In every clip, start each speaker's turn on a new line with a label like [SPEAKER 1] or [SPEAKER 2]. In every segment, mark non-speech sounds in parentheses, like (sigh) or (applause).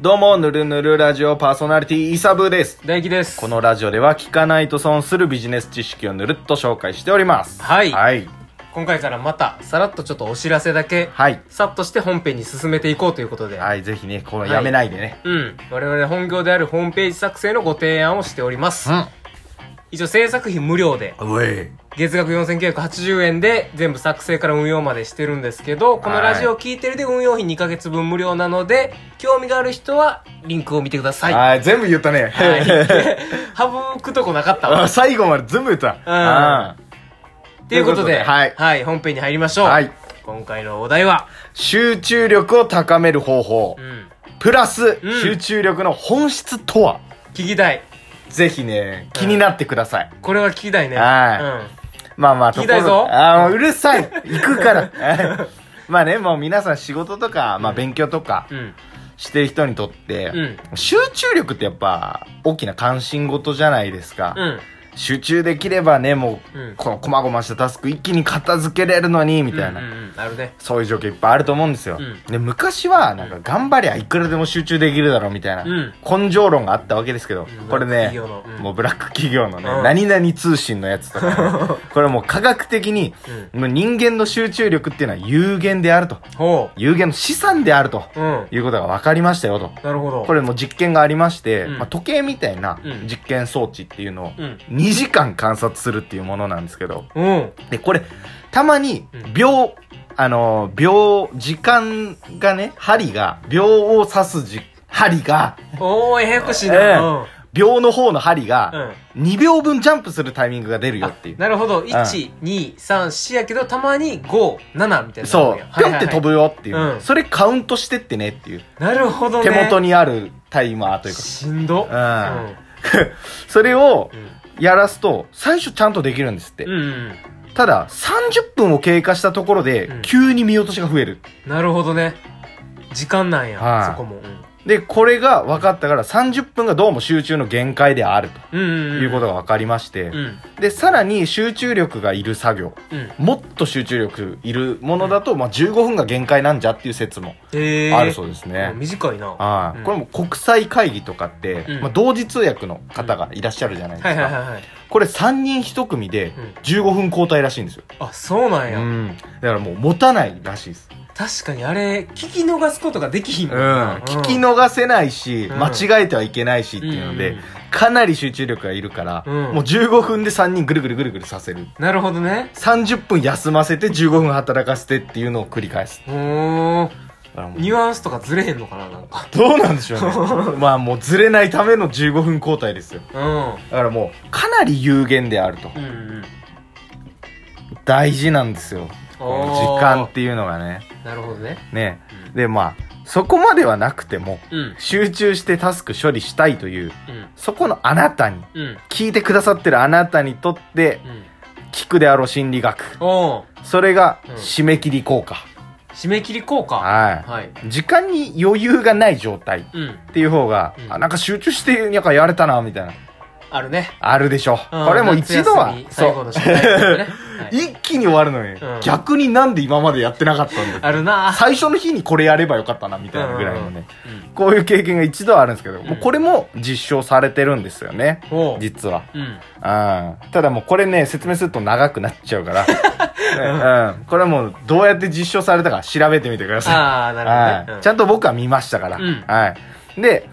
[SPEAKER 1] どうも、ぬるぬるラジオパーソナリティ、イサブーです。
[SPEAKER 2] 大輝です。
[SPEAKER 1] このラジオでは聞かないと損するビジネス知識をぬるっと紹介しております。
[SPEAKER 2] はい
[SPEAKER 1] はい。
[SPEAKER 2] 今回からまた、さらっとちょっとお知らせだけ、
[SPEAKER 1] はい。
[SPEAKER 2] さっとして本編に進めていこうということで、
[SPEAKER 1] はい、ぜひね、こ
[SPEAKER 2] は
[SPEAKER 1] れ
[SPEAKER 2] い
[SPEAKER 1] やめないでね。
[SPEAKER 2] うん。我々本業であるホームページ作成のご提案をしております。一応制作費無料で、
[SPEAKER 1] うん。うえ
[SPEAKER 2] 月額4980円で全部作成から運用までしてるんですけど、このラジオを聞いてるで運用費2ヶ月分無料なので、興味がある人はリンクを見てください。は
[SPEAKER 1] はい、全部言ったね。
[SPEAKER 2] い。 (laughs) 省くとこなかったわ。
[SPEAKER 1] (laughs) あ最後まで全部言った。
[SPEAKER 2] ということ
[SPEAKER 1] (laughs) ということで
[SPEAKER 2] で、
[SPEAKER 1] はい
[SPEAKER 2] 本編に入りましょう。
[SPEAKER 1] はい
[SPEAKER 2] 今回のお題は、
[SPEAKER 1] 集中力を高める方法
[SPEAKER 2] う。ん。
[SPEAKER 1] プラス、
[SPEAKER 2] うん
[SPEAKER 1] 集中力の本質とは
[SPEAKER 2] 聞きたい。
[SPEAKER 1] ぜひね、気になってください。
[SPEAKER 2] これは聞きたいね。
[SPEAKER 1] はまあまあ、
[SPEAKER 2] 聞きたいぞ
[SPEAKER 1] ところあーもううる
[SPEAKER 2] (laughs)
[SPEAKER 1] さい行くから (laughs) まあね、もう皆さん仕事とか、まあ勉強とか
[SPEAKER 2] うん。うん。
[SPEAKER 1] してる人にとって、
[SPEAKER 2] うん
[SPEAKER 1] 集中力ってやっぱ大きな関心事じゃないですか。
[SPEAKER 2] うん。
[SPEAKER 1] 集中できればね、もう、
[SPEAKER 2] うん
[SPEAKER 1] この細々したタスク一気に片付けれるのに、みたいな。
[SPEAKER 2] うんうんうん。あ
[SPEAKER 1] (laughs)
[SPEAKER 2] るね。
[SPEAKER 1] そういう状況いっぱいあると思うんですよ。
[SPEAKER 2] うん
[SPEAKER 1] で昔は、なんか、頑張りゃいくらでも集中できるだろうみたいな、
[SPEAKER 2] うん
[SPEAKER 1] 根性論があったわけですけど、
[SPEAKER 2] うん
[SPEAKER 1] これね
[SPEAKER 2] ブラック企業の、うん
[SPEAKER 1] もうブラック企業のね、
[SPEAKER 2] うん
[SPEAKER 1] 何々通信のやつと
[SPEAKER 2] (laughs)
[SPEAKER 1] かね、これもう科学的に、もう人間の集中力っていうのは有限であると。
[SPEAKER 2] ほ
[SPEAKER 1] 有限の資産であると。
[SPEAKER 2] う。うん。
[SPEAKER 1] いうことが分かりましたよと。
[SPEAKER 2] なるほど。
[SPEAKER 1] これも実験がありまして、
[SPEAKER 2] うん
[SPEAKER 1] まあ、時計みたいな
[SPEAKER 2] うん
[SPEAKER 1] 実験装置っていうのを
[SPEAKER 2] うん。
[SPEAKER 1] 2時間観察するっていうものなんですけど、
[SPEAKER 2] うん。
[SPEAKER 1] で、これ、たまに
[SPEAKER 2] うん、
[SPEAKER 1] 秒、あのー、秒、時間がね、針が、秒を指すじ、針が、
[SPEAKER 2] おー、ややこしい
[SPEAKER 1] ええ
[SPEAKER 2] な。
[SPEAKER 1] 秒の方の針
[SPEAKER 2] うん。う
[SPEAKER 1] が、
[SPEAKER 2] ん。
[SPEAKER 1] 2秒分ジャンプするタイミングが出るよっていう。
[SPEAKER 2] なるほど。1、2、3、4やけど、たまに5、7みたいな。
[SPEAKER 1] そう、ぴょんって飛
[SPEAKER 2] ぶ。
[SPEAKER 1] ぶよっていう、
[SPEAKER 2] うん
[SPEAKER 1] それカウントしてってねっていう。
[SPEAKER 2] なるほどね。
[SPEAKER 1] 手元
[SPEAKER 2] に。
[SPEAKER 1] にあるタイマーというか。
[SPEAKER 2] しんど。
[SPEAKER 1] うんそれを
[SPEAKER 2] う、ん。
[SPEAKER 1] やらすと、最初ちゃんとできるんですって。
[SPEAKER 2] うんうん。
[SPEAKER 1] ただ、30分を経過したところで
[SPEAKER 2] うん、
[SPEAKER 1] 急に見落としが増える。
[SPEAKER 2] なるほどね。時間なん
[SPEAKER 1] はい
[SPEAKER 2] や。そこも。うん
[SPEAKER 1] で、これが分かったから、30分がどうも集中の限界であると。
[SPEAKER 2] うん。うん
[SPEAKER 1] いうことが分かりまして、
[SPEAKER 2] うん。
[SPEAKER 1] でさらに集中力がいる作業
[SPEAKER 2] うん。
[SPEAKER 1] もっと集中力いるものだと、まあ、15分が限界なんじゃっていう説も
[SPEAKER 2] ええ。
[SPEAKER 1] あるそううです
[SPEAKER 2] ね。
[SPEAKER 1] ね、
[SPEAKER 2] 短いな。は
[SPEAKER 1] はい
[SPEAKER 2] うん
[SPEAKER 1] これも国際会議とかって、
[SPEAKER 2] うん
[SPEAKER 1] まあ、同時通訳の方がいらっしゃるじゃない
[SPEAKER 2] い
[SPEAKER 1] ですか、
[SPEAKER 2] はいはいはい。
[SPEAKER 1] これ3人1組で
[SPEAKER 2] うん
[SPEAKER 1] 15分交代らしいんですよ、
[SPEAKER 2] あ、そうなん
[SPEAKER 1] う
[SPEAKER 2] や。
[SPEAKER 1] ん、だからもう持たないらしいです、
[SPEAKER 2] 確かにあれ聞き逃すことができひんもんな
[SPEAKER 1] 聞き逃せないし、
[SPEAKER 2] うん
[SPEAKER 1] 間違えてはいけないしっていうので、
[SPEAKER 2] うんうん
[SPEAKER 1] かなり集中力がいるから、
[SPEAKER 2] うん
[SPEAKER 1] もう15分で3人ぐるぐるぐるぐるさせる
[SPEAKER 2] なるほどね
[SPEAKER 1] 30分休ませて15分働かせてっていうのを繰り返す。
[SPEAKER 2] うーんニ
[SPEAKER 1] わ
[SPEAKER 2] ュアンスとかずれへんのかななんか
[SPEAKER 1] どうなんでしょ
[SPEAKER 2] (laughs)
[SPEAKER 1] うね。まあもうずれないための15分交代ですよ。
[SPEAKER 2] う
[SPEAKER 1] だからもうかなり有限であると。
[SPEAKER 2] んうんうん
[SPEAKER 1] 大事なんですよ。この
[SPEAKER 2] おー
[SPEAKER 1] 時間っていうのがね。
[SPEAKER 2] なるほどね
[SPEAKER 1] ね。
[SPEAKER 2] うん
[SPEAKER 1] でまあ、そこまではなくても、
[SPEAKER 2] うん
[SPEAKER 1] 集中してタスク処理したいという、
[SPEAKER 2] うん
[SPEAKER 1] そこのあなたに、
[SPEAKER 2] うん
[SPEAKER 1] 聞いてくださってるあなたにとって、
[SPEAKER 2] うん
[SPEAKER 1] 聞くであろう心理学。
[SPEAKER 2] おー
[SPEAKER 1] それが
[SPEAKER 2] うん
[SPEAKER 1] 締め切り効果。
[SPEAKER 2] 締め切り効果
[SPEAKER 1] は
[SPEAKER 2] はい
[SPEAKER 1] い。時間に余裕がない状態。
[SPEAKER 2] うん
[SPEAKER 1] っていう方が、
[SPEAKER 2] うん
[SPEAKER 1] あなんか集中してなんかやれたなみたいな
[SPEAKER 2] あるね
[SPEAKER 1] あるでしょ
[SPEAKER 2] うん
[SPEAKER 1] これも一度は
[SPEAKER 2] 夏休み
[SPEAKER 1] そ
[SPEAKER 2] 最後の
[SPEAKER 1] う
[SPEAKER 2] 宿題とかねはい
[SPEAKER 1] 一気に終わるのに、
[SPEAKER 2] うん
[SPEAKER 1] 逆になんで今までやってなかったんだ
[SPEAKER 2] あるな
[SPEAKER 1] 最初の日にこれやればよかったなみたいなぐらいのね、
[SPEAKER 2] うん
[SPEAKER 1] こういう経験が一度はあるんですけど、
[SPEAKER 2] ん
[SPEAKER 1] もうこれも実証されてるんですよね
[SPEAKER 2] おー
[SPEAKER 1] 実は
[SPEAKER 2] うん
[SPEAKER 1] うんただもうこれね説明すると長くなっちゃう
[SPEAKER 2] (laughs)
[SPEAKER 1] から、ねうん、これはもうどうやって実証されたか調べてみてください
[SPEAKER 2] ああなるほど
[SPEAKER 1] は
[SPEAKER 2] ね
[SPEAKER 1] い、ちゃんと僕は見ましたから、
[SPEAKER 2] うん
[SPEAKER 1] はい、で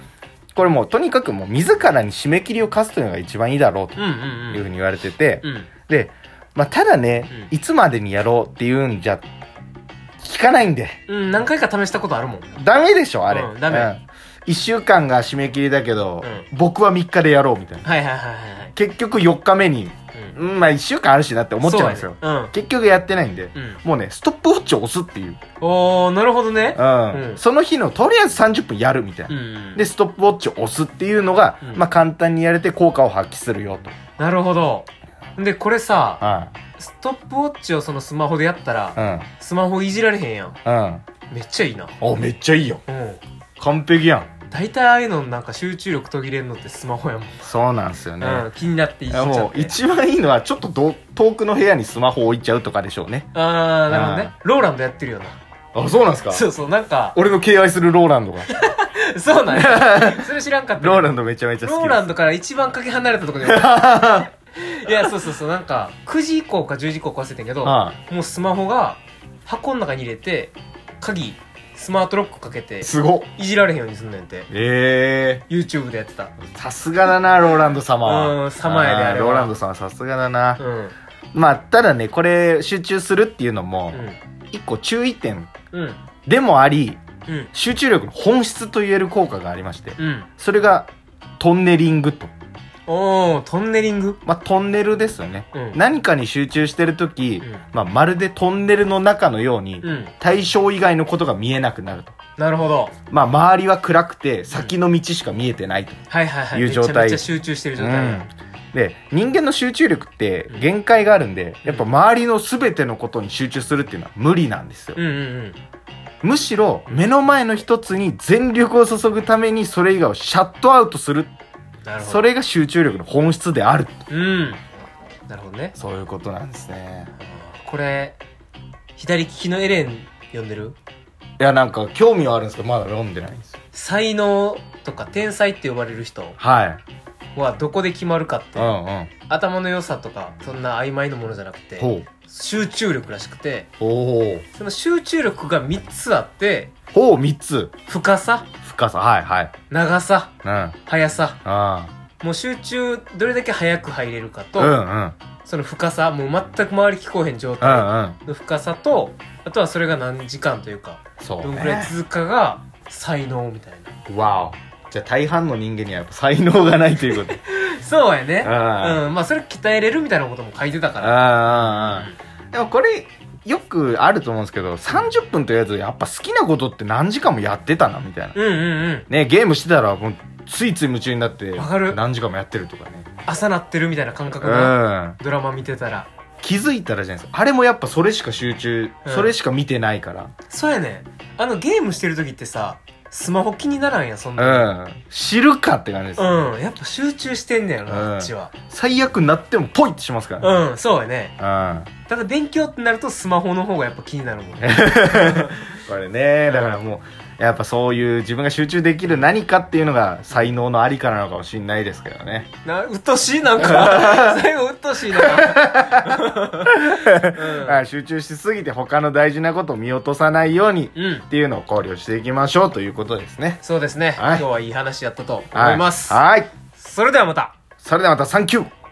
[SPEAKER 1] これもうとにかくもう自らに締め切りを課すというのが一番いいだろうと
[SPEAKER 2] うんうん
[SPEAKER 1] いううふうんに言われてて、
[SPEAKER 2] うん
[SPEAKER 1] で、まあ、ただね、
[SPEAKER 2] う
[SPEAKER 1] いつまでにやろうっていうんじゃ聞かないんで
[SPEAKER 2] うん何回か試したことあるもん
[SPEAKER 1] ダメでしょあれ、
[SPEAKER 2] うんダメ
[SPEAKER 1] 1週間が締め切りだけど、
[SPEAKER 2] う
[SPEAKER 1] 僕は3日でやろうみたいな
[SPEAKER 2] はいはいはいはいはい
[SPEAKER 1] 結局4日目に、
[SPEAKER 2] うん
[SPEAKER 1] うん、まあ1週間あるしなって思っちゃうんですよ、
[SPEAKER 2] そうやね
[SPEAKER 1] 結局やってないんで、
[SPEAKER 2] うんうん
[SPEAKER 1] もうねストップウォッチを押すっていう、
[SPEAKER 2] おーなるほどね
[SPEAKER 1] うん
[SPEAKER 2] うん
[SPEAKER 1] その日のとりあえず30分やるみたいな、
[SPEAKER 2] うん
[SPEAKER 1] で、ストップウォッチを押すっていうのが、
[SPEAKER 2] うん
[SPEAKER 1] まあ簡単にやれて効果を発揮するよと。
[SPEAKER 2] なるほど。で、これさ、
[SPEAKER 1] は
[SPEAKER 2] ストップウォッチをそのスマホでやった
[SPEAKER 1] い。う
[SPEAKER 2] ら、
[SPEAKER 1] ん。
[SPEAKER 2] スマホいじられへんやん。
[SPEAKER 1] うん。
[SPEAKER 2] めっちゃいいな。
[SPEAKER 1] お、めっちゃいいよ。
[SPEAKER 2] うん。
[SPEAKER 1] 完璧やん。
[SPEAKER 2] 大体ああいうのなんか集中力途切れんのってスマホやもん。
[SPEAKER 1] そうなんですよね。
[SPEAKER 2] うん。気になっていじ
[SPEAKER 1] い
[SPEAKER 2] っちゃ
[SPEAKER 1] や
[SPEAKER 2] って。
[SPEAKER 1] もう一番いいのはちょっとど遠くの部屋にスマホ置いちゃうとかでしょうね。
[SPEAKER 2] あー、なるほどね。ローランドやってるよな。
[SPEAKER 1] あ、そうなんですか (laughs)
[SPEAKER 2] そうそう、なんか、
[SPEAKER 1] 俺の敬愛するローランドが。
[SPEAKER 2] そうなんや。それ知らんかった。
[SPEAKER 1] ローランドめちゃめちゃ好き
[SPEAKER 2] ロー
[SPEAKER 1] です (laughs)
[SPEAKER 2] ランドから一番かけ離れたところにおるいやそうそうそうなんか9時以降か10時以降か忘れてんけど、
[SPEAKER 1] は
[SPEAKER 2] もうスマホが箱の中に入れて鍵スマートロックかけて
[SPEAKER 1] すごっ
[SPEAKER 2] いじられへんようにすんねんて
[SPEAKER 1] え
[SPEAKER 2] YouTube でやってた
[SPEAKER 1] えさすがだなローランド様は
[SPEAKER 2] うん様やであれは
[SPEAKER 1] ローランド様さすがだな
[SPEAKER 2] う、ん
[SPEAKER 1] まあただねこれ集中するっていうのも一個注意点
[SPEAKER 2] うんうん
[SPEAKER 1] でもあり
[SPEAKER 2] うん
[SPEAKER 1] 集中力の本質と言える効果がありまして
[SPEAKER 2] うん
[SPEAKER 1] それがトンネリングと
[SPEAKER 2] おートンネリング
[SPEAKER 1] まあトンネルですよね、
[SPEAKER 2] うん
[SPEAKER 1] 何かに集中してるとき、
[SPEAKER 2] うん
[SPEAKER 1] まあ、まるでトンネルの中のように、
[SPEAKER 2] うん
[SPEAKER 1] 対象以外のことが見えなくなると。
[SPEAKER 2] なるほど
[SPEAKER 1] まあ、周りは暗くて、先の道しか見えてないと。
[SPEAKER 2] はいはいはい
[SPEAKER 1] いう状態
[SPEAKER 2] めちゃめちゃ集中してる状態や、
[SPEAKER 1] で、人間の集中力って限界があるんで、やっぱ周りの全てのことに集中するっていうのは無理なんですよ
[SPEAKER 2] う。んうんうん
[SPEAKER 1] むしろ、目の前の一つに全力を注ぐために、それ以外をシャットアウトする。
[SPEAKER 2] なるほど
[SPEAKER 1] それが集中力の本質である。
[SPEAKER 2] うんなるほどね
[SPEAKER 1] そういうことなんですね。
[SPEAKER 2] これ左利きのエレン読んでる
[SPEAKER 1] いや、なんか興味はあるんですけど、まだ読んでないんですよ。
[SPEAKER 2] 才能とか天才って呼ばれる人
[SPEAKER 1] はい。
[SPEAKER 2] はどこで決まるかって、
[SPEAKER 1] うんうん。
[SPEAKER 2] 頭の良さとかそんな曖昧なものじゃなくて
[SPEAKER 1] ほう。
[SPEAKER 2] 集中力らしくて
[SPEAKER 1] ほう。
[SPEAKER 2] その集中力が3つあって
[SPEAKER 1] ほう、三つ。
[SPEAKER 2] 深さ
[SPEAKER 1] 深さ。はいはい。
[SPEAKER 2] 長さ
[SPEAKER 1] うん。あ
[SPEAKER 2] 速さ
[SPEAKER 1] あ。
[SPEAKER 2] もう集中どれだけ早く入れるかと、
[SPEAKER 1] うんうん。
[SPEAKER 2] その深さもう全く周り聞こえへん状
[SPEAKER 1] う
[SPEAKER 2] 態
[SPEAKER 1] んうん。
[SPEAKER 2] の深さとあとはそれが何時間というか
[SPEAKER 1] そ
[SPEAKER 2] ど
[SPEAKER 1] うん
[SPEAKER 2] くら
[SPEAKER 1] ね
[SPEAKER 2] い。続くかが才能みたい
[SPEAKER 1] わお。じゃあ大半の人間にはやっぱ才能がないという
[SPEAKER 2] (laughs)
[SPEAKER 1] こと。
[SPEAKER 2] なそうやね
[SPEAKER 1] うん
[SPEAKER 2] うんまあそれ鍛えれるみたいなことも書いてたから
[SPEAKER 1] ああでもこれ、よくあると思うんですけど、30分というやつ、やっぱ好きなことって何時間もやってたな、みたいな。
[SPEAKER 2] うんうんうん
[SPEAKER 1] ね、ゲームしてたら、もう、ついつい夢中になって、
[SPEAKER 2] わかる
[SPEAKER 1] 何時間もやってるとかね。
[SPEAKER 2] 朝なってるみたいな感覚
[SPEAKER 1] う
[SPEAKER 2] が
[SPEAKER 1] ん。
[SPEAKER 2] ドラマ見てたら
[SPEAKER 1] 気づいたらじゃないですか。あれもやっぱそれしか集中、
[SPEAKER 2] うん
[SPEAKER 1] それしか見てないか
[SPEAKER 2] そうやねあのゲームしてる時ってさスマホ気にならんやそんな
[SPEAKER 1] ら。うん。知るかって感じです。
[SPEAKER 2] うんやっぱ集中してんねやろな
[SPEAKER 1] うん
[SPEAKER 2] あっちは
[SPEAKER 1] 最悪なってもポイってしますからね。
[SPEAKER 2] うんそうやね
[SPEAKER 1] うん。
[SPEAKER 2] ただ勉強ってなるとスマホの方がやっぱ気になるもんね
[SPEAKER 1] これねだからもうやっぱそういう自分が集中できる何かっていうのが才能のありかなのかもしれないですけどね
[SPEAKER 2] なうっとうしいな
[SPEAKER 1] (laughs)
[SPEAKER 2] んか最後うっとうしいな
[SPEAKER 1] あ集中しすぎて他の大事なことを見落とさないように
[SPEAKER 2] うん、うん、
[SPEAKER 1] っていうのを考慮していきましょうということですね
[SPEAKER 2] そうですね、
[SPEAKER 1] はい
[SPEAKER 2] 今日はいい話やったと
[SPEAKER 1] は
[SPEAKER 2] 思います、
[SPEAKER 1] はい
[SPEAKER 2] それではまた
[SPEAKER 1] それではまたサンキュー